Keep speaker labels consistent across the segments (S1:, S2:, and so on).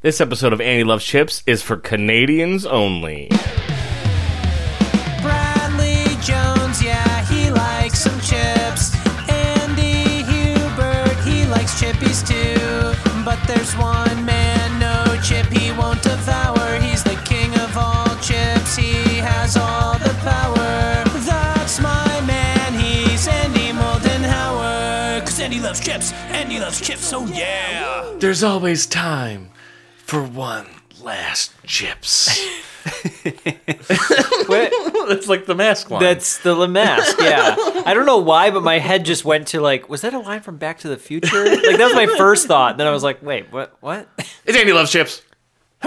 S1: This episode of Annie Loves Chips is for Canadians only.
S2: Bradley Jones, yeah, he likes some chips. Andy Hubert, he likes chippies too. But there's one man, no chip he won't devour. He's the king of all chips, he has all the power. That's my man, he's Andy Moldenhauer. Cause Andy loves chips, Andy loves chips, oh yeah.
S1: There's always time for one last chips. That's like the mask line.
S3: That's the La Mask, yeah. I don't know why, but my head just went to like, was that a line from Back to the Future? Like that was my first thought. Then I was like, wait, what? What?
S1: it's Andy Loves Chips.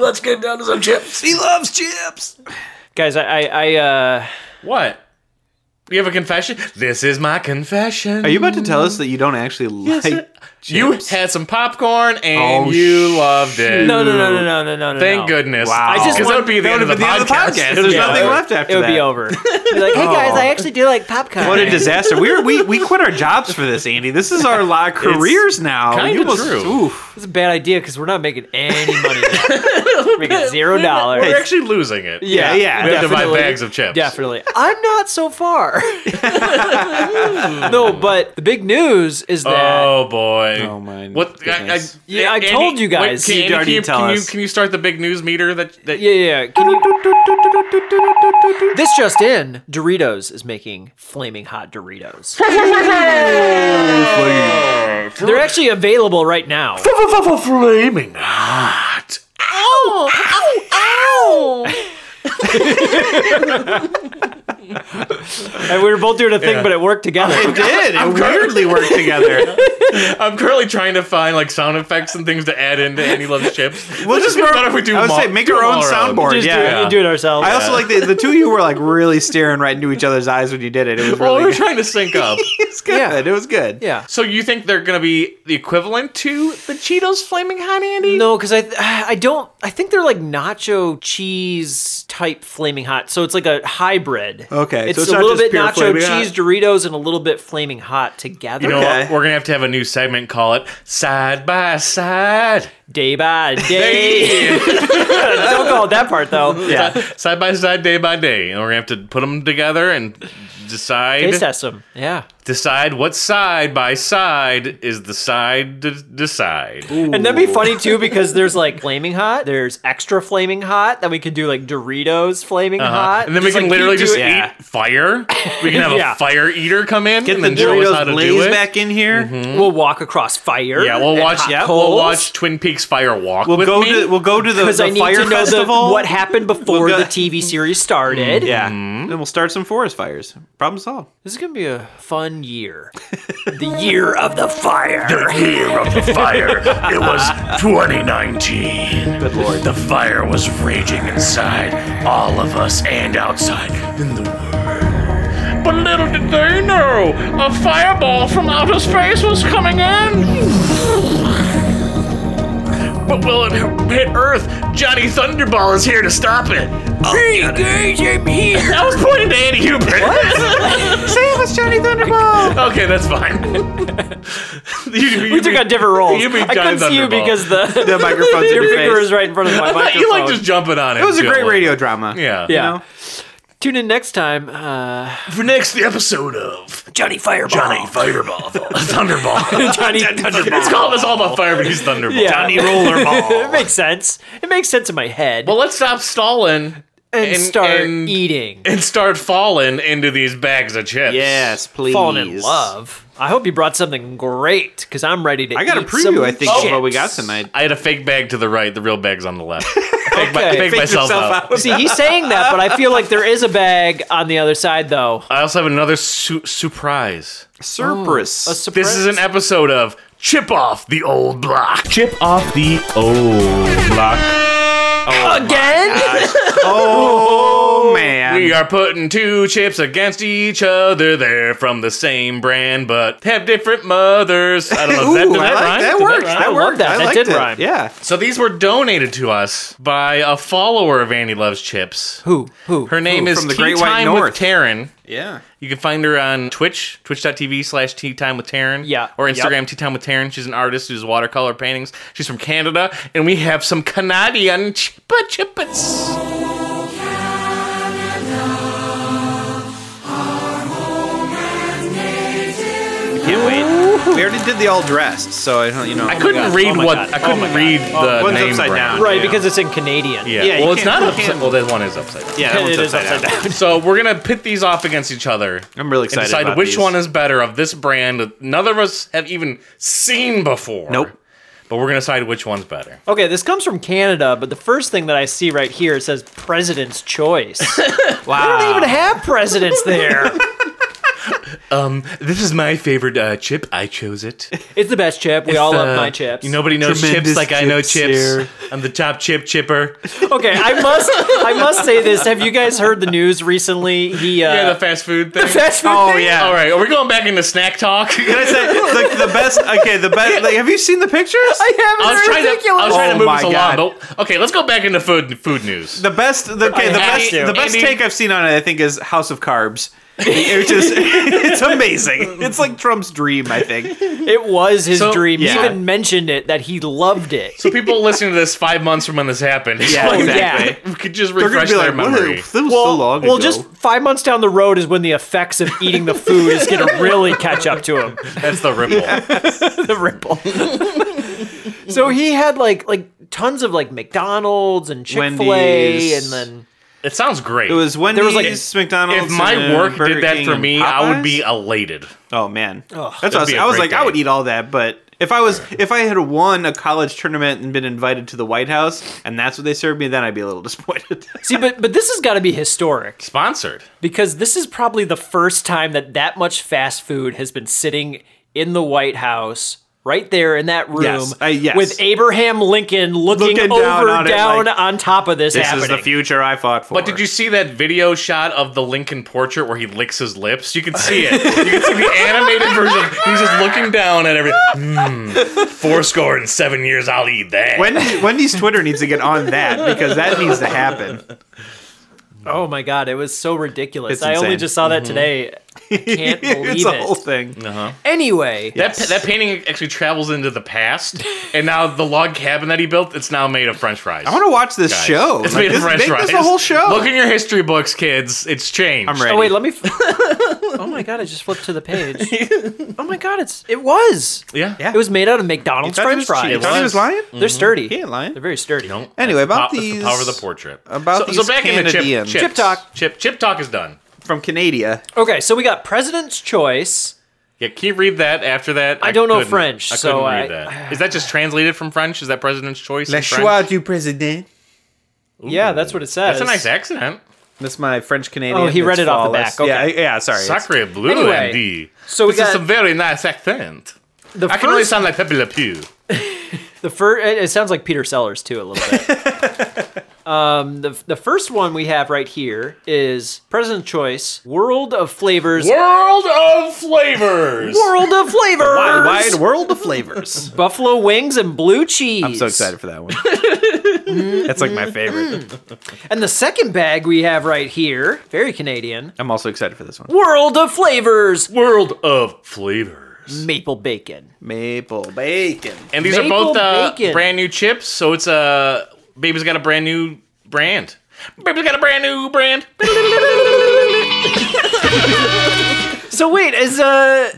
S4: Let's get down to some chips. He loves chips.
S3: Guys, I, I, I uh,
S1: What? You have a confession? This is my confession.
S5: Are you about to tell us that you don't actually like?
S1: You
S5: chips?
S1: had some popcorn and
S5: Oh,
S1: you loved it.
S3: no, no, no, no, no, no, no, no.
S1: Thank
S3: no.
S1: goodness.
S5: Wow. I just
S1: Because that would be the end of the
S5: been the end of the
S1: podcast.
S5: podcast. There's
S3: Yeah.
S5: nothing left after
S3: It would
S5: that.
S3: be over. Be like, hey guys, I actually do like popcorn.
S5: What a disaster! We were, we we quit our jobs for this, Andy. This is our li- careers now.
S1: kinda
S5: You
S1: true.
S5: oof.
S3: It's a bad idea because we're not making any money. we're making zero dollars.
S1: We're actually losing it.
S5: Yeah, yeah.
S1: We have to buy
S3: definitely.
S1: bags of chips.
S3: Definitely. I'm not so far. no, but the big news is that
S1: Oh boy!
S5: Oh, my
S1: What? I, I,
S5: goodness.
S3: Yeah, I
S1: Andy-
S3: told you guys.
S1: Wait, can,
S3: You
S1: Andy,
S5: already
S1: can, you,
S5: tell
S1: can you
S5: us.
S1: can you start the big news meter that? that
S3: Yeah, yeah, yeah. Can you- this just in, Doritos is making flaming hot Doritos. They're actually available right now.
S1: Flaming hot.
S3: And we were both doing a thing, but it worked together.
S5: It did. It weirdly worked together.
S1: I'm currently trying to find like sound effects and things to add into Andy loves chips.
S5: We'll just
S1: better if we do.
S5: I would
S1: mo-
S5: say make
S1: do
S5: our
S1: them
S5: own
S1: all
S5: soundboard.
S3: Just do,
S5: yeah.
S3: it, do it ourselves.
S5: I also like the, the two of you were like really staring right into each other's eyes when you did it. It was
S1: Well,
S5: really
S1: we're
S5: good.
S1: trying to sync up.
S5: It was good.
S3: Yeah.
S5: It was good.
S3: yeah.
S1: So you think they're gonna be the equivalent to the Cheetos flaming hot Andy?
S3: No, because I I don't I think they're like nacho cheese type flaming hot. So it's like a hybrid.
S5: Okay, so
S3: it's,
S5: it's
S3: a
S5: not
S3: little
S5: just
S3: bit
S5: pure
S3: nacho
S5: Flaming Hot?
S3: cheese Doritos and a little bit flaming hot together.
S1: You know
S5: Okay.
S1: what? We're gonna have to have a new segment. Call it side by side.
S3: Day by day. don't call it that part though.
S5: Yeah.
S1: side by side, day by day, and we're gonna have to put them together and decide
S3: Taste test them. Yeah.
S1: decide what side by side is the side to decide.
S3: And that'd be funny too because there's like flaming hot, there's extra flaming hot, then we could do like Doritos flaming
S5: Uh-huh.
S3: hot.
S1: And then we can
S3: like,
S1: literally
S3: keep
S1: just
S3: doing-
S5: Yeah.
S1: eat fire. We can have
S3: Yeah.
S1: a fire eater come in
S5: Get
S1: and
S5: the
S1: then show us how to
S5: Doritos
S1: do
S5: Blaze
S1: it. Mm-hmm.
S5: back in here.
S3: We'll walk across fire.
S1: yeah, we'll
S3: and
S1: watch.
S3: hot
S1: We'll
S3: coals.
S1: watch Twin Peaks Fire Walk
S5: We'll
S1: with
S5: go
S1: me.
S5: to we'll go to the,
S3: because
S5: the
S3: I need
S5: fire
S3: to know the,
S5: festival.
S3: what happened before
S5: We'll go-
S3: the TV series started.
S5: Yeah. Then we'll start some forest fires. Problem solved.
S3: This is gonna be a fun year. the year of the fire.
S4: The year of the fire. It was 2019. Good lord. The fire was raging inside all of us and outside in the world. But little did they know, a fireball from outer space was coming in.
S1: But will it hit Earth? Johnny Thunderball is here to stop it.
S4: Hey guys, I'm here.
S1: I was pointing to Andy Hubert.
S5: Save us, Johnny Thunderball!
S1: okay, that's fine. You- you-
S3: We took on different roles.
S1: You mean
S3: I
S1: Johnny
S3: couldn't see you
S1: Thunderball.
S3: because the,
S5: The microphone's in
S3: your
S5: your
S3: finger
S5: face.
S3: is right in front of my microphone.
S1: you like just jumping on it.
S5: It was a great radio drama.
S1: Yeah.
S3: yeah.
S5: know?
S3: Tune in next time. Uh,
S1: For next episode of
S3: Johnny Fireball.
S4: Johnny Fireball.
S1: Thunderball.
S3: Johnny
S1: it's called It's All About Fire, but he's Thunderball.
S3: Yeah. Johnny it
S1: Rollerball.
S3: makes sense. It makes sense in my head.
S1: well, let's stop stalling
S3: and,
S1: and-
S3: start
S1: and-
S3: eating.
S1: and start falling into these bags of chips.
S5: Yes, please.
S3: Falling in love. I hope you brought something great because I'm ready to.
S5: I got a
S3: eat some
S5: preview, I think, of what we got
S3: chips.
S5: tonight.
S1: I had a fake bag to the right, the real bag's on the left. Fake, my-
S3: Okay.
S1: fake
S5: Pick
S1: myself
S5: yourself
S1: up.
S3: See, he's saying that, but I feel like there is a bag on the other side, though.
S1: I also have another su- surprise.
S5: Cerberus.
S3: A surprise.
S1: This is an episode of Chip Off the Old Block. Chip Off the Old Block.
S3: again.
S5: oh Oh man.
S1: We are putting two chips against each other. They're from the same brand, but have different mothers. I don't know. Did
S5: Ooh,
S1: that, did
S5: I
S1: that
S5: like-
S1: rhyme?
S5: that
S1: Did
S5: works.
S1: rhyme?
S5: That
S3: love
S5: worked.
S3: that.
S5: I
S3: That
S5: liked
S3: did
S5: it.
S3: rhyme.
S5: Yeah.
S1: So these were donated to us by a follower of Annie Loves Chips.
S3: Who? Who?
S1: Her name
S5: Who?
S1: is
S5: From the
S1: Tea
S5: Great White
S1: Time
S5: North.
S1: with Taryn.
S5: Yeah.
S1: You can find her on Twitch, twitch.tv slash Tea Time with Taryn.
S3: Yeah.
S1: Or Instagram, Tea Time with Taryn. She's an artist who does watercolor paintings. She's from Canada, and we have some Canadian chippa chippets.
S5: Can't wait. We already did the all dressed, so I don't. You know.
S1: I couldn't
S3: God.
S1: read
S3: Oh my
S1: what
S3: God.
S1: I
S3: Oh
S1: couldn't read the
S5: one's
S1: name
S5: upside
S1: brand.
S5: down.
S3: Right,
S5: Yeah.
S3: because it's in Canadian.
S1: Yeah.
S5: Yeah, you
S1: well, it's
S5: can't-
S1: not
S5: you
S1: upside.
S5: can't-
S1: Well, that one is upside. down.
S5: Yeah, that
S3: It
S5: one's
S3: is
S5: upside,
S3: upside
S5: down.
S3: down.
S1: So we're gonna pit these off against each other.
S5: I'm really
S1: and
S5: excited.
S1: decide
S5: about
S1: which
S5: these.
S1: one is better of this brand that none of us have even seen before.
S5: Nope.
S1: But we're gonna decide which one's better.
S3: Okay, this comes from Canada, but the first thing that I see right here it says President's Choice. they
S5: Wow.
S3: don't even have presidents there.
S1: This is my favorite uh, chip. I chose it. Uh,
S3: It's the best chip. We all love my chips.
S1: Nobody knows
S5: Tremendous
S1: chips like I know
S5: chips
S1: chips.
S5: here.
S1: I'm the top chip chipper.
S3: okay, I must I must say this. Have you guys heard the news recently? He uh,
S1: Yeah, the fast food thing.
S3: fast food
S5: Oh
S3: thing?
S5: yeah.
S1: All right, are we going back into snack talk?
S5: Can I say like the best? Okay, the best. Like, have you seen the pictures?
S3: I
S1: I
S3: haven't.
S1: was
S3: it's
S1: trying to,
S3: ridiculous.
S1: I was trying to
S5: Oh
S1: move
S5: my
S1: us along,
S5: God.
S1: but okay, let's go back into food food news.
S5: The best, the, okay, the
S1: have
S5: best,
S1: to.
S5: the best
S1: Andy-
S5: take I've seen on it, I think, is House of Carbs. Which is, it's amazing. It's like Trump's dream, I think.
S3: It was his
S1: So-
S3: dream.
S5: yeah.
S3: He even mentioned it that he loved it.
S1: So people listening to this five months from when this happened,
S5: Yeah,
S1: we-
S5: exactly.
S1: we could just
S5: They're gonna
S1: refresh
S5: be
S1: their
S5: like, what?
S1: memory.
S5: That was so long
S3: well,
S5: ago.
S3: just five months down the road is when the effects of eating the food is going to really catch up to him.
S1: That's the ripple.
S3: the ripple. so he had like like tons of like McDonald's and Chick Fil A,
S5: Wendy's.
S3: and then
S1: It sounds great.
S5: it was Wendy's,
S3: was, like,
S5: McDonald's.
S1: if my
S5: and
S1: work
S5: Burger
S1: did that
S5: King
S1: for
S5: and
S1: me, I would
S5: Popeyes.
S1: be elated.
S5: Oh man, that's what I
S1: That'd
S5: was,
S1: be a
S5: I was
S1: great
S5: like, I
S1: day.
S5: would eat all that, but if I was if I had won a college tournament and been invited to the White House and that's what they served me, then I'd be a little disappointed.
S3: see, but but this has got to be historic
S1: Sponsored.
S3: because this is probably the first time that that much fast food has been sitting in the White House. Right there in that room,
S5: Yes, I- yes.
S3: with Abraham Lincoln looking,
S5: Looking
S3: over
S5: down
S3: down,
S5: on
S3: on,
S5: it, like,
S3: top of this,
S5: this
S3: happening.
S5: is the future I fought for.
S1: But did you see that video shot of the Lincoln portrait where he licks his lips? You can see it. You can see the animated version. He's just looking down at everything. Hmm. Four score and seven years, I'll eat that.
S5: Wendy, Wendy's Twitter needs to get on that because that needs to happen.
S3: oh my god, it was so ridiculous!
S5: It's
S3: I only
S5: insane. Mm-hmm.
S3: just saw that today. I can't
S5: it's
S3: believe
S5: a whole
S3: it.
S5: thing.
S3: Anyway,
S1: that, that painting actually travels into the past, and now the log cabin that he built, it's now made of French fries.
S5: I want to watch this
S1: Guys,
S5: show.
S1: It's
S5: Like,
S1: made
S5: this,
S1: of French
S5: make
S1: fries.
S5: this a whole show.
S1: Look in your history books, kids. It's changed.
S5: I'm ready.
S3: Oh wait, let me. F- oh my god! I just flipped to the page. oh my god! It's it was.
S1: Yeah.
S5: Yeah.
S3: It was made out of McDonald's
S5: You thought he
S3: French
S5: was cheating?
S3: fries.
S5: You thought he was Mm-hmm. lying?
S3: They're sturdy.
S5: He ain't lying.
S3: They're very sturdy.
S1: Don't.
S5: Anyway,
S1: That's
S5: about
S1: the pow- that's the power of the
S5: these-
S1: portrait.
S5: about
S1: so, so
S5: these
S1: back into chip,
S5: Canadians.
S1: chips.
S3: Chip talk.
S1: Chip chip talk is done.
S5: From Canada.
S3: Okay, so we got President's Choice.
S1: Yeah, can you read that after that? I,
S3: don't know
S1: couldn't-
S3: French,
S1: I
S3: so
S1: couldn't
S3: I-
S1: read that. Is that just translated from French? Is that President's Choice? in French?
S5: du président.
S3: Yeah, that's what it says.
S1: That's a nice accent.
S5: That's my French Canadian.
S3: Oh, he read
S5: that's
S3: it off the
S5: flawless.
S3: back, okay.
S5: Yeah, I- yeah, sorry. It's-
S1: Sacre bleu,
S3: Anyway,
S1: Andy.
S3: so we
S1: this is
S3: got-
S1: a very nice accent.
S3: The
S1: I
S3: first,
S1: can really sound like Pepe Le Pew.
S3: the first. It it sounds like Peter Sellers too a little bit. um, the the first one we have right here is President's Choice: World of Flavors.
S1: World of flavors.
S3: World of flavors.
S5: Wide, wide world of flavors.
S3: Buffalo wings and blue cheese.
S5: I'm so excited for that one. That's like my favorite.
S3: And the second bag we have right here, very Canadian.
S5: I'm also excited for this one.
S3: World of flavors,
S1: World of flavors.
S3: maple bacon.
S5: Maple bacon.
S1: And these are
S3: Maple
S1: both uh,
S3: bacon.
S1: brand new chips, so it's a uh, baby's got a brand new brand. Baby's got a brand new brand.
S3: So wait, is uh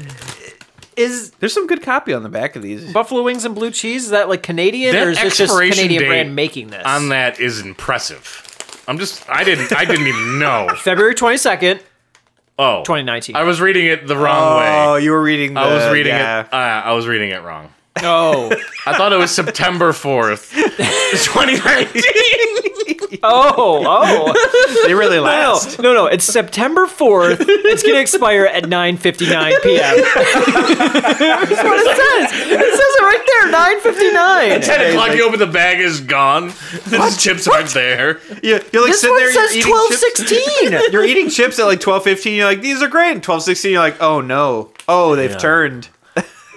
S3: is
S5: There's some good copy on the back of these.
S3: buffalo wings and blue cheese is that like Canadian
S1: That
S3: or is this just
S1: expiration
S3: Canadian
S1: date
S3: brand making this?
S1: On that is impressive. I'm just I didn't I didn't even know.
S3: February 22nd,
S1: Oh,
S3: 2019.
S1: I was reading it the wrong
S5: Oh,
S1: way.
S5: you were reading. The,
S1: I was reading
S5: yeah.
S1: it. Uh, I was reading it wrong.
S3: Oh.
S1: I thought it was September fourth, 2019.
S3: oh, oh.
S5: They really
S3: No,
S5: last.
S3: no, no. It's September 4th. It's going to expire at 9.59 p.m. That's what it says. It says it right right there, nine fifty nine.
S1: 10 o'clock, you open the bag, is gone. The chips aren't there.
S5: Yeah, you're like
S3: This
S5: sitting
S3: one
S5: there. you're
S3: says
S5: eating
S3: twelve
S5: chips.
S3: sixteen.
S5: You're eating chips at like twelve fifteen. You're like, these are great. And twelve sixteen, you're like, oh no, oh they've turned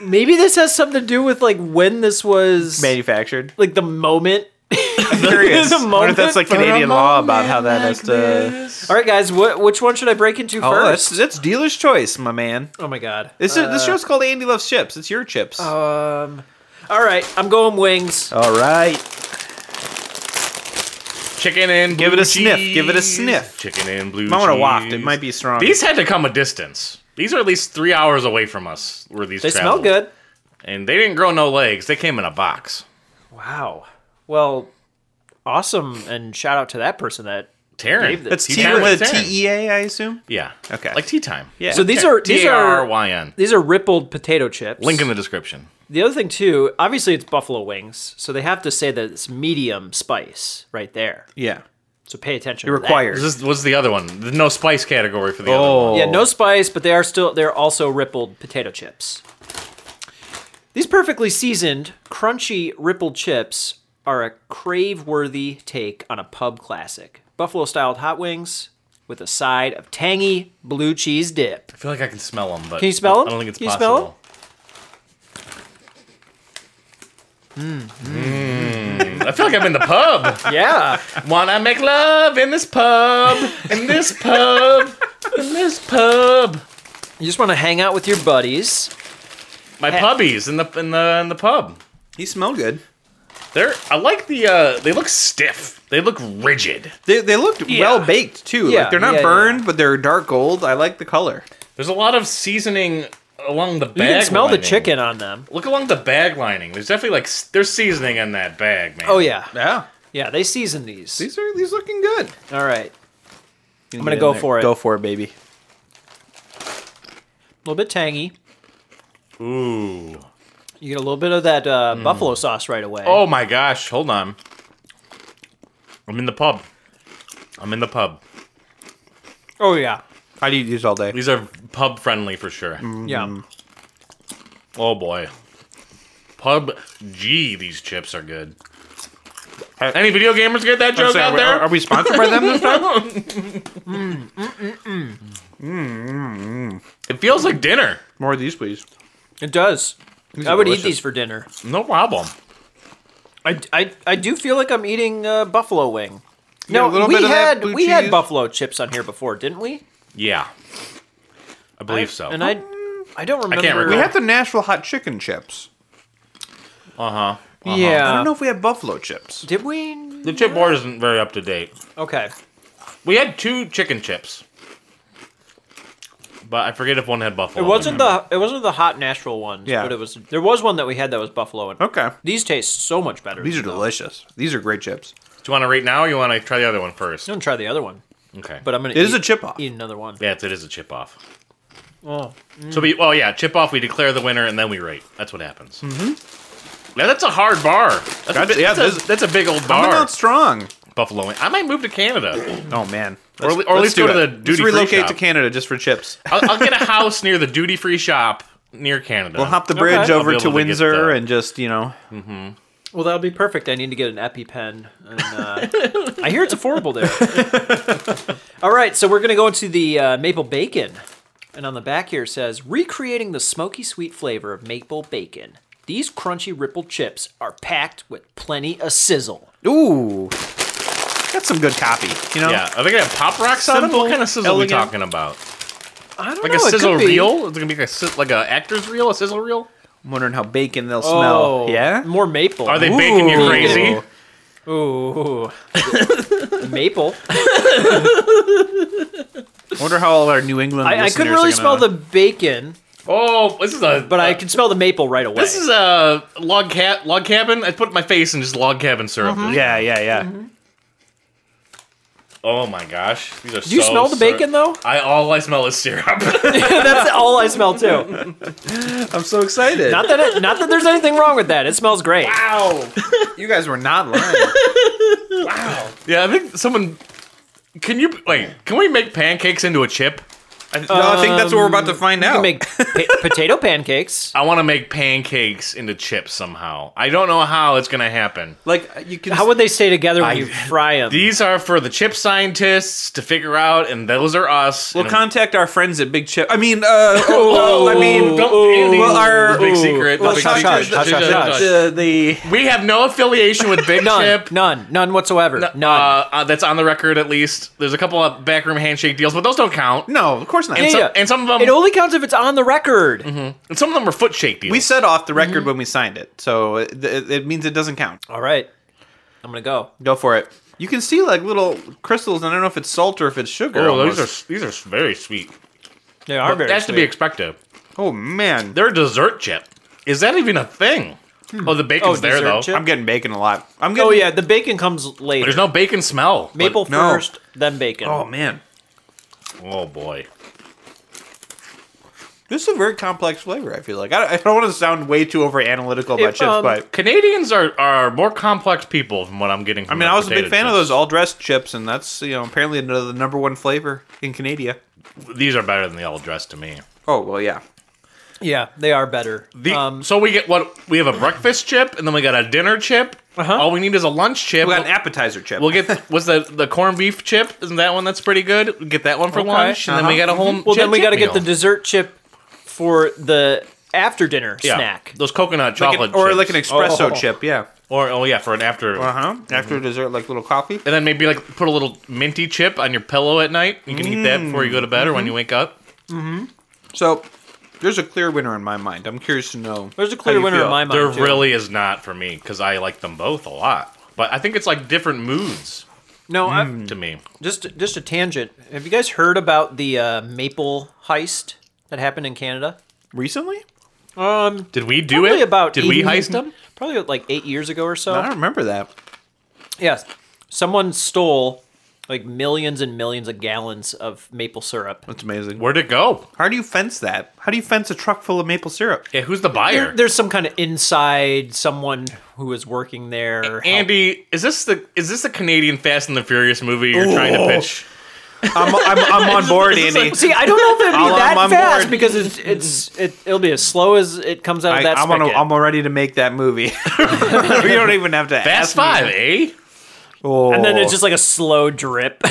S3: Maybe this has something to do with like when this was
S5: manufactured.
S3: like the moment.
S5: Curious.
S3: The
S5: I wonder if that's like
S3: moment
S5: Canadian law about how that has to.
S3: All right, guys, what which one should I break into
S5: Oh, that's,
S3: first?
S5: that's dealer's choice, my man.
S3: oh my god.
S5: This is, this show's called Andy Loves Chips. It's your chips.
S3: Um. All right, I'm going wings.
S5: All right.
S1: Chicken and
S5: Give
S1: blue
S5: it a sniff,
S1: cheese.
S5: give it a sniff.
S1: Chicken and blue
S5: You might want to
S1: cheese.
S5: waft. It might be strong.
S1: These had to come a distance. These are at least three hours away from us. Where these
S3: They smell
S1: traveled.
S3: good.
S1: and they didn't grow no legs. They came in a box.
S3: Wow. Well, awesome, and shout out to that person that. Gave
S1: Taryn,
S3: this-
S5: it's
S1: Tea
S5: tea
S1: time
S5: with
S1: with
S5: a E.
S1: Taryn.
S5: T-E-A, I assume.
S1: yeah,
S5: Okay.
S1: like tea time.
S5: Yeah.
S3: So these are these
S1: T A R
S3: are
S1: Y N.
S3: these are rippled potato chips.
S1: Link in the description.
S3: The other thing too, obviously it's buffalo wings, so they have to say that it's medium spice right there.
S5: Yeah.
S3: So pay attention.
S5: It
S3: to that.
S5: requires.
S1: This is- what's the other one? There's no spice category for the other one.
S5: Oh.
S3: Yeah, no spice, but they are still they're also rippled potato chips. These perfectly seasoned, crunchy rippled chips are a crave-worthy take on a pub classic. Buffalo-styled hot wings with a side of tangy blue cheese dip.
S1: I feel like I can smell them, but
S3: Can you smell 'em?
S1: I don't think it's
S3: Can you smell
S1: possible.
S3: 'em?
S1: Hmm. I feel like I'm in the pub.
S3: Yeah.
S1: Wanna make love in this pub, in this pub, in this pub.
S3: you just want to hang out with your buddies.
S1: My pubbies in the in the in the pub.
S5: These smell good.
S1: They're I like the uh they look stiff. They look rigid.
S5: They, they looked well baked too.
S3: Yeah,
S5: Like they're not
S3: yeah, yeah.
S5: burned, but they're dark gold. I like the color.
S1: There's a lot of seasoning along the bag.
S3: You can smell the
S1: lining.
S3: chicken on them.
S1: Look along the bag lining. There's definitely like s- there's seasoning on that bag, man.
S3: Oh yeah.
S5: Yeah.
S3: Yeah, they season these.
S5: These are these looking good.
S3: All right. I'm gonna go for it.
S5: Go for it, baby.
S3: A little bit tangy.
S1: Ooh.
S3: You get a little bit of that uh, buffalo sauce right away.
S1: Oh my gosh, hold on. I'm in the pub. I'm in the pub.
S3: Oh, yeah.
S5: I'd eat these all day.
S1: These are pub friendly for sure.
S3: Yeah.
S1: Oh boy. Pub G, these chips are good. Any video gamers get that joke out there?
S5: we sponsored by them this time?
S1: it feels like dinner.
S5: More of these, please.
S3: It does. I
S5: are
S3: would
S5: delicious.
S3: eat these for dinner.
S1: No problem.
S3: I, I, I do feel like I'm eating uh, buffalo wing. No,
S5: a little
S3: we
S5: bit of that
S3: had
S5: blue
S3: we had
S5: cheese?
S3: buffalo chips on here before, didn't we?
S1: Yeah. I believe so.
S3: And I I don't remember.
S1: can't
S5: We
S1: recall.
S5: have the Nashville hot chicken chips.
S1: uh huh.
S3: Yeah.
S5: I don't know if we have buffalo chips.
S3: Did we?
S1: The chip board isn't very up to date.
S3: Okay.
S1: We had two chicken chips. But I forget if one had
S3: It
S1: buffalo.
S3: wasn't the it wasn't the hot Nashville ones,
S5: Yeah.
S3: but it was there was one that we had that was buffalo and
S5: Okay.
S3: These taste so much better.
S5: These are
S3: though.
S5: delicious. These are great chips.
S1: Do you want to rate now or you want to try the other one first?
S3: I'm gonna try the other one,
S1: Okay.
S3: but uh, I'm gonna
S5: It is
S3: eat,
S5: a chip off.
S3: eat another one.
S1: yeah, it's, it is a chip off.
S3: Oh,
S1: So we, well, yeah, chip off. We declare the winner, and then we rate. That's what happens. Mm-hmm. Now that's a hard bar. That's, a,
S5: That's-
S1: big-
S5: yeah,
S1: that's,
S5: this-
S1: a, that's a big old
S5: Coming
S1: bar.
S5: out strong.
S1: Buffalo. wing. I might move to Canada.
S5: Oh man.
S1: Or
S5: Let's-
S1: le- or at
S5: let's
S1: least
S5: do
S1: go to
S5: it.
S1: the
S5: Let's
S1: duty-free
S5: relocate
S1: shop.
S5: to Canada just for chips.
S1: I'll, I'll get a house near the duty free shop near Canada.
S5: We'll hop the
S3: Okay.
S5: bridge
S3: I'll be
S5: over
S1: able
S5: to
S1: to get
S5: Windsor
S1: the-
S5: and just you know.
S3: well, that'll be perfect. I need to get an EpiPen. And, uh, I hear it's affordable there. All right, so we're gonna go into the uh, maple bacon, and on the back here it says recreating the smoky sweet flavor of maple bacon. These crunchy rippled chips are packed with plenty of sizzle.
S5: Ooh, that's some good copy. You know.
S1: Yeah, are they gonna have pop rocks on them?
S5: Simple,
S1: What kind of sizzle
S5: elegant.
S1: are we talking about?
S3: I don't
S1: Like
S3: know,
S1: a
S3: it could
S1: sizzle
S3: be.
S1: reel? It's gonna be like a si- like a actor's reel, a sizzle reel?
S5: I'm wondering how bacon they'll
S3: Oh,
S5: smell. Yeah.
S3: more maple.
S1: Are they
S5: Ooh.
S1: baking you crazy?
S3: Ooh, maple.
S5: Wonder how all our New England.
S3: I, I
S5: listeners
S3: couldn't
S5: are
S3: really
S5: gonna-
S3: smell the bacon,
S1: Oh, this is a
S3: but I can smell the maple right away.
S1: this is a log cat log cabin. I put my face in just log cabin syrup.
S5: Yeah, yeah, yeah.
S3: Mm-hmm.
S1: Oh my gosh, these are.
S3: Do you
S1: so
S3: smell the
S1: syrup-
S3: bacon, though?
S1: I all I smell is syrup.
S3: That's all I smell too.
S5: I'm so excited.
S3: Not that it, not that there's anything wrong with that. It smells great.
S5: Wow. you guys were not lying.
S1: yeah, I think someone. Can you wait? Can we make pancakes into a chip?
S5: I, no, I think that's what we're about to find
S3: You
S5: out.
S3: can make pa- potato pancakes.
S1: I want to make pancakes into chips somehow. I don't know how it's gonna happen.
S5: like you can.
S3: How would they stay together when you fry them?
S1: These are for the chip scientists to figure out, and those are us.
S5: we'll
S1: And-
S5: contact our friends at Big Chip. I mean, uh, oh, I mean,
S1: Don't- Andy,
S5: well, our
S1: the big secret. the
S5: well,
S1: big
S5: hush,
S1: secret.
S5: hush,
S3: hush, hush, hush.
S5: the, the
S1: We have no affiliation with Big
S3: none,
S1: Chip.
S3: none, none whatsoever. none.
S1: Uh, uh, that's on the record at least. There's a couple of backroom handshake deals, but those don't count.
S5: no, of course not.
S3: Yeah,
S1: And, some,
S3: yeah.
S1: and some of them,
S3: it only counts if it's on the record.
S1: and some of them were foot shake deals.
S5: We said off the record
S3: Mm-hmm.
S5: when we signed it, so it, it, it means it doesn't count.
S3: All right, I'm gonna go.
S5: Go for it. You can see like little crystals, and I don't know if it's salt or if it's sugar.
S1: oh,
S5: almost.
S1: these are these are very sweet.
S3: They are very.
S1: That's to be expected.
S5: Oh man,
S1: They're a dessert chip. Is that even a thing? Oh, the bacon's
S3: Oh,
S1: there
S3: dessert
S1: though.
S3: chip?
S5: I'm getting bacon a lot. I'm getting.
S3: Oh yeah, the bacon comes later.
S1: There's no bacon smell. but-
S3: maple
S5: no.
S3: first, then bacon.
S5: Oh man,
S1: oh boy.
S5: this is a very complex flavor. I feel like I, I don't want to sound way too over analytical about
S3: If,
S5: chips,
S3: um,
S5: but
S1: Canadians are, are more complex people from what I'm getting.
S5: I
S1: From
S5: mean,
S1: the
S5: I was a big
S1: potato
S5: fan of
S1: chips.
S5: those all dressed chips, and that's you know apparently the number one flavor in Canada.
S1: These are better than the all dressed to me.
S5: Oh well, yeah.
S3: Yeah, they are better.
S1: The,
S3: um,
S1: so we get what we have a breakfast chip, and then we got a dinner chip.
S3: Uh-huh.
S1: All we need is a lunch chip.
S5: We got
S1: We'll,
S5: an appetizer chip.
S1: we'll get was the the corned beef chip? Isn't that one that's pretty good? We get that one for
S3: Okay. Mm-hmm.
S1: lunch, and then we
S5: Uh-huh.
S1: got a whole.
S3: well, then we got to get the
S1: dessert
S3: dessert chip for the after dinner snack.
S1: Those coconut
S5: Like an-
S1: chocolate,
S5: or
S1: chips.
S5: like an espresso
S3: Oh.
S5: chip, yeah.
S1: or oh yeah, for an after.
S3: Uh-huh.
S5: Uh huh.
S1: Mm-hmm.
S5: After dessert, like little coffee.
S1: And then maybe like put a little minty chip on your pillow at night. You can eat that
S3: Mm.
S1: before you go to bed or
S3: Mm-hmm.
S1: when you wake up.
S5: So there's a clear winner in my mind. I'm curious to know.
S3: There's a
S5: how
S3: clear
S5: you
S3: winner
S5: feel.
S3: in my mind.
S1: There
S3: too.
S1: really is not for me because I like them both a lot. But I think it's like different moods
S3: no. I-
S1: to me.
S3: just just a tangent. Have you guys heard about the uh, maple heist that happened in Canada?
S5: Recently?
S3: Um,
S1: Did we do
S3: probably
S1: it?
S3: about
S1: Did we
S3: eight-
S1: heist them?
S3: Probably like eight years ago or so.
S5: I don't remember that.
S3: Yes. Someone stole like millions and millions of gallons of maple syrup.
S5: That's amazing.
S1: Where'd it go?
S5: How do you fence that? How do you fence a truck full of maple syrup?
S1: Yeah, who's the buyer?
S3: There's some kind of inside someone who was working there. helped-
S1: Andy, is this the is this the Canadian Fast and the Furious movie you're trying to pitch?
S5: I'm, I'm, I'm on board, Andy.
S3: See, I don't know if it'd
S5: I'll-
S3: be
S5: I'm
S3: that
S5: on
S3: fast
S5: board.
S3: because it's it's it, it'll be as slow as it comes out of
S5: I,
S3: that.
S5: I'm, on a,
S3: spigot.
S5: I'm ready to make that movie. we don't even have to
S1: Fast
S5: ask me.
S1: Five, eh?
S5: Oh,
S3: and then it's just like a slow drip.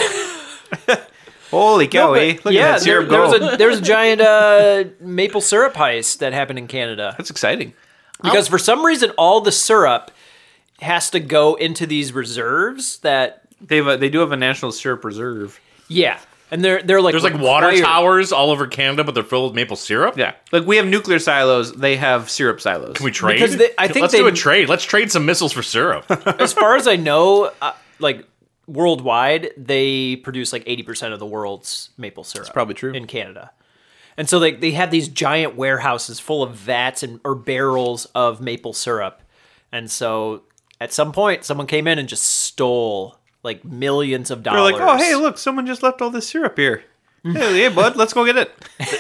S5: holy cow! eh?
S3: But
S5: Look
S3: yeah,
S5: at that
S3: there,
S5: syrup
S3: there
S5: go.
S3: was a there was a giant uh, maple syrup heist that happened in Canada.
S5: That's exciting.
S3: because for some reason all the syrup has to go into these reserves that
S5: They've uh, they do have a national syrup reserve.
S3: yeah and they're they're like
S1: There's like water
S3: required-
S1: towers all over Canada, but they're filled with maple syrup.
S5: Yeah, like we have nuclear silos. They have syrup silos.
S1: Can we trade?
S3: Because they- I think
S1: let's
S3: they-
S1: do a trade. Let's trade some missiles for syrup.
S3: as far as i know uh, like worldwide they produce like 80% of the world's maple syrup That's
S5: probably true.
S3: in canada and so like they have these giant warehouses full of vats and or barrels of maple syrup and so at some point someone came in and just stole like millions of
S5: They're
S3: dollars
S5: like, oh hey, look, someone just left all this syrup here. Hey, hey, bud, let's go get it.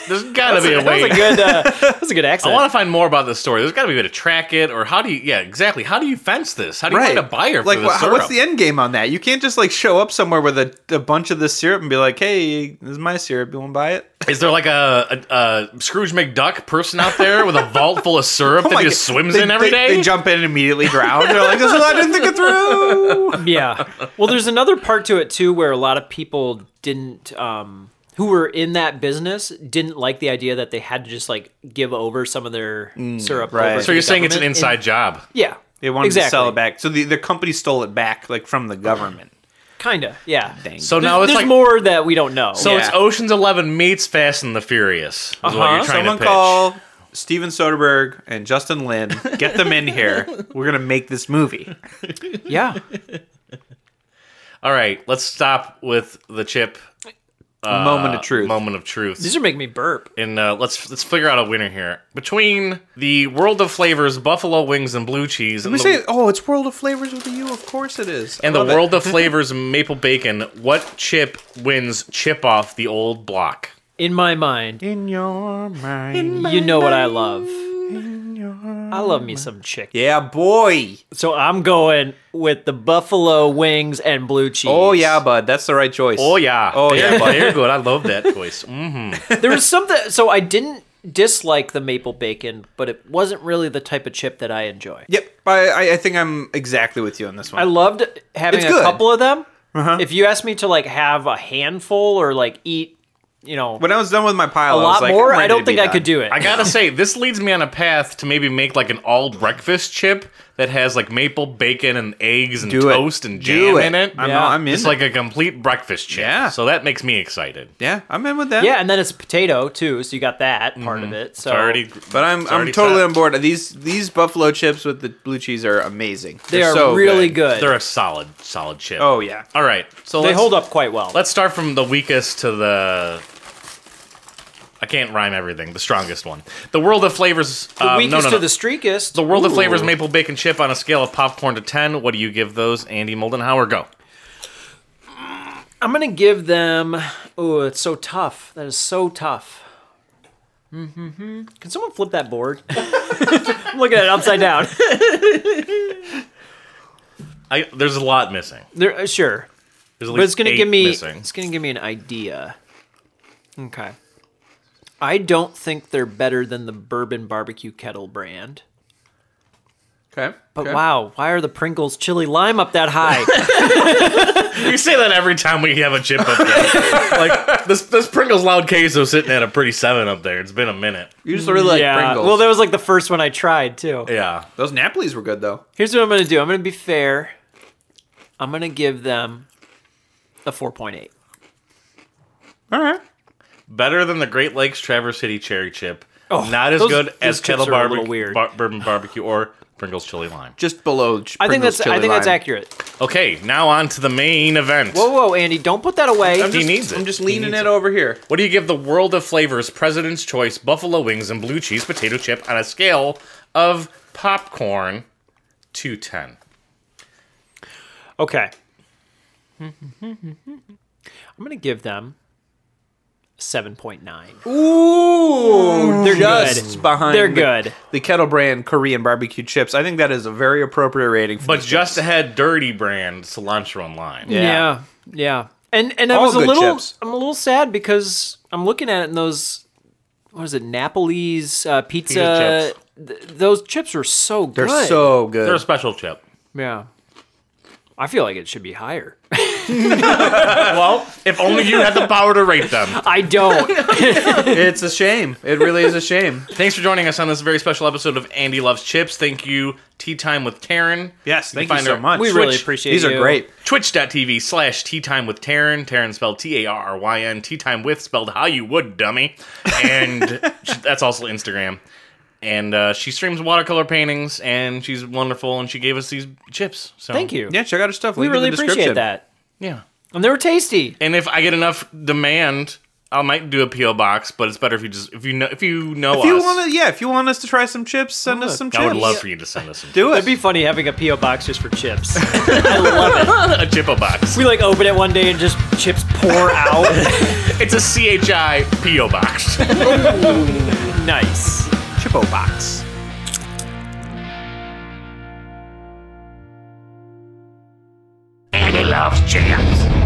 S1: There's gotta be a
S3: that was
S1: way.
S3: a good uh, that was a good
S1: I
S3: accent
S1: want to find more about this story. There's got to be a way to track it, or how do you? Yeah, exactly. How do you fence this? How do you find a buyer
S5: like,
S1: for the
S5: wha-
S1: syrup?
S5: what's the end game on that? You can't just like show up somewhere with a, a bunch of this syrup and be like, "Hey, this is my syrup. You want to buy it?"
S1: Is there like a, a, a Scrooge McDuck person out there with a vault full of syrup that
S5: Oh my
S1: just
S5: God.
S1: swims
S5: They-
S1: in every
S5: they,
S1: day?
S5: They jump in and immediately drown. They're like, "This is, I didn't think it through."
S3: yeah. Well, there's another part to it too, where a lot of people didn't, um, who were in that business, didn't like the idea that they had to just like give over some of their syrup.
S5: Mm, right.
S3: over to
S1: so you're
S3: the
S1: saying it's an
S3: government.
S1: inside job?
S3: And- yeah.
S5: They wanted
S3: exactly.
S5: to sell it back, so the, the company stole it back, like from the government.
S3: Kinda. Yeah.
S1: So
S3: There's,
S1: now it's
S3: there's
S1: like
S3: more that we don't know.
S1: So
S5: Yeah.
S1: it's Ocean's Eleven meets Fast and the Furious. Is what
S3: Uh-huh.
S1: you're trying
S5: Someone
S1: to pitch.
S5: call Steven Soderbergh and Justin Lin. Get them in here. We're gonna make this movie.
S3: yeah.
S1: All right, let's stop with the chip
S5: Moment
S1: uh,
S5: of truth.
S1: Moment of truth.
S3: These are making me burp.
S1: and uh, let's let's figure out a winner here between the world of flavors, buffalo wings and blue cheese, and
S5: We
S1: the,
S5: say, "Oh, it's World of Flavors with a U." Of course it is. I
S1: and the
S5: love it.
S1: world of flavors maple bacon. What chip wins chip off the old block?
S3: In my mind,
S5: in your mind.
S3: you know what I love. I love me some chicken.
S5: Yeah, boy.
S3: So I'm going with the buffalo wings and blue cheese.
S5: Oh yeah, bud. That's the right choice.
S1: Oh yeah.
S5: Oh yeah,
S1: But
S5: bud.
S1: you're good. I love that choice. Mm.
S3: there was something. So I didn't dislike the maple bacon, but it wasn't really the type of chip that I enjoy.
S5: Yep. I, I- I think I'm exactly with you on this one.
S3: I loved having
S5: It's
S3: a
S5: good.
S3: couple of them. If you asked me to like have a handful or like eat, you know,
S5: when I was done with my
S3: a
S5: pile, I was
S3: lot
S5: like,
S3: more,
S5: I'm
S3: I
S5: ready
S3: don't
S5: to be
S3: think I
S5: done.
S3: could do it.
S1: I gotta say, this leads me on a path to maybe make like an all breakfast chip that has like maple bacon and eggs and
S5: Do it.
S1: toast and
S5: Do
S1: jam
S5: it.
S1: in it.
S5: I'm,
S3: Yeah.
S5: I'm in.
S1: It's
S5: it.
S1: like a complete breakfast chip.
S5: Yeah.
S1: So that makes me excited.
S5: yeah, I'm in with that.
S3: yeah, and then it's potato too, so you got that part of it. So
S1: It's already,
S5: But I'm
S1: it's
S5: I'm
S1: already
S5: totally
S1: set.
S5: on board. These these buffalo chips with the blue cheese are amazing.
S3: they
S5: They're
S3: are
S5: so
S3: really good.
S1: They're a solid, solid chip.
S5: Oh yeah.
S1: All right. So
S3: they
S1: let's,
S3: hold up quite well.
S1: Let's start from the weakest to the. I can't rhyme everything. The strongest one. The world of flavors.
S3: the
S1: uh, no,
S3: weakest
S1: no, no.
S3: to the streakest.
S1: The World of Flavors maple bacon chip on a scale of popcorn to 10. What do you give those? Andy Moldenhauer, go.
S3: I'm gonna give them. Oh, it's so tough. That is so tough. Mm-hmm. Can someone flip that board? I'm looking at it upside down.
S1: I, there's a lot missing.
S3: There, uh, sure,
S1: There's at
S3: but
S1: least
S3: it's gonna
S1: eight
S3: give me.
S1: missing.
S3: It's gonna give me an idea. Okay. I don't think they're better than the Bourbon Barbecue Kettle brand.
S5: Okay.
S3: But wow, why are the Pringles chili lime up that high?
S1: You say that every time we have a chip up there. like this, this Pringles Loud Queso sitting at a pretty seven up there. It's been a minute.
S5: You just really like Pringles.
S3: Well, that was like the first one I tried too.
S1: Yeah.
S5: those Napoli's were good though.
S3: Here's what I'm gonna do. I'm gonna be fair. I'm gonna give them a 4.8.
S5: All right.
S1: Better than the Great Lakes Traverse City Cherry Chip.
S3: Oh,
S1: Not as
S3: those-
S1: good
S3: those
S1: as
S3: chips
S1: Kettle
S3: are a little
S1: Barbe-
S3: weird.
S1: Bar- Bourbon Barbecue or Pringles Chili Lime.
S5: Just below. ch-
S3: I think
S5: Pringles
S3: that's I
S5: chili
S3: think that's
S5: lime.
S3: accurate.
S1: Okay, now on to the main event.
S3: Whoa, whoa, Andy, don't put that away.
S1: I'm just- He needs it.
S5: I'm just
S1: He
S5: leaning
S1: needs it.
S5: it, over here.
S1: What do you give the World of Flavors President's Choice Buffalo Wings and Blue Cheese Potato Chip on a scale of popcorn to 10?
S3: Okay. I'm gonna give them 7.9.
S5: Ooh,
S3: they're
S5: just
S3: good.
S5: behind.
S3: They're
S5: the-
S3: good.
S5: The Kettle Brand Korean barbecue chips. I think that is a very appropriate rating. For
S1: But
S5: these
S1: just
S5: chips.
S1: ahead, Dirty Brand Cilantro and Lime.
S5: Yeah.
S3: Yeah. Yeah. And and I
S5: All
S3: was a
S5: good
S3: little
S5: chips.
S3: I'm a little sad because I'm looking at it and those what is it, Napoli's uh, pizza,
S1: Pizza
S3: th- those chips were so
S5: they're
S3: good.
S5: so good.
S1: They're a special chip.
S3: Yeah. I feel like it should be higher.
S1: well, if only you had the power to rate them.
S3: I don't.
S5: it's a shame. It really is a shame.
S1: Thanks for joining us on this very special episode of Andy Loves Chips. Thank you, Tea Time with Karen.
S5: Yes,
S1: can
S5: thank you
S1: find
S5: so
S1: her-
S5: much.
S3: We really appreciate
S5: These are
S3: you.
S5: great.
S1: Twitch.tv slash Tea Time with Taryn. Taryn spelled T A R R Y N. Tea Time with spelled how you would, dummy. And that's also Instagram. And uh, she streams watercolor paintings, and she's wonderful, and she gave us these chips. So
S3: Thank you.
S5: Yeah, check out her stuff.
S3: we really appreciate that.
S1: Yeah.
S3: And they were tasty.
S1: And if I get enough demand, I might do a PO box, but it's better if you just if you know if you know
S5: If you
S1: us.
S5: want to, yeah, if you want us to try some chips, send us some chips.
S1: I would love for you to send us some
S5: Do it.
S3: It'd be funny having a PO box just for chips.
S1: a chipo box.
S3: we like open it one day and just chips pour out.
S1: It's a CHI PO box.
S3: nice.
S5: Chippo box.
S4: Andy loves chips.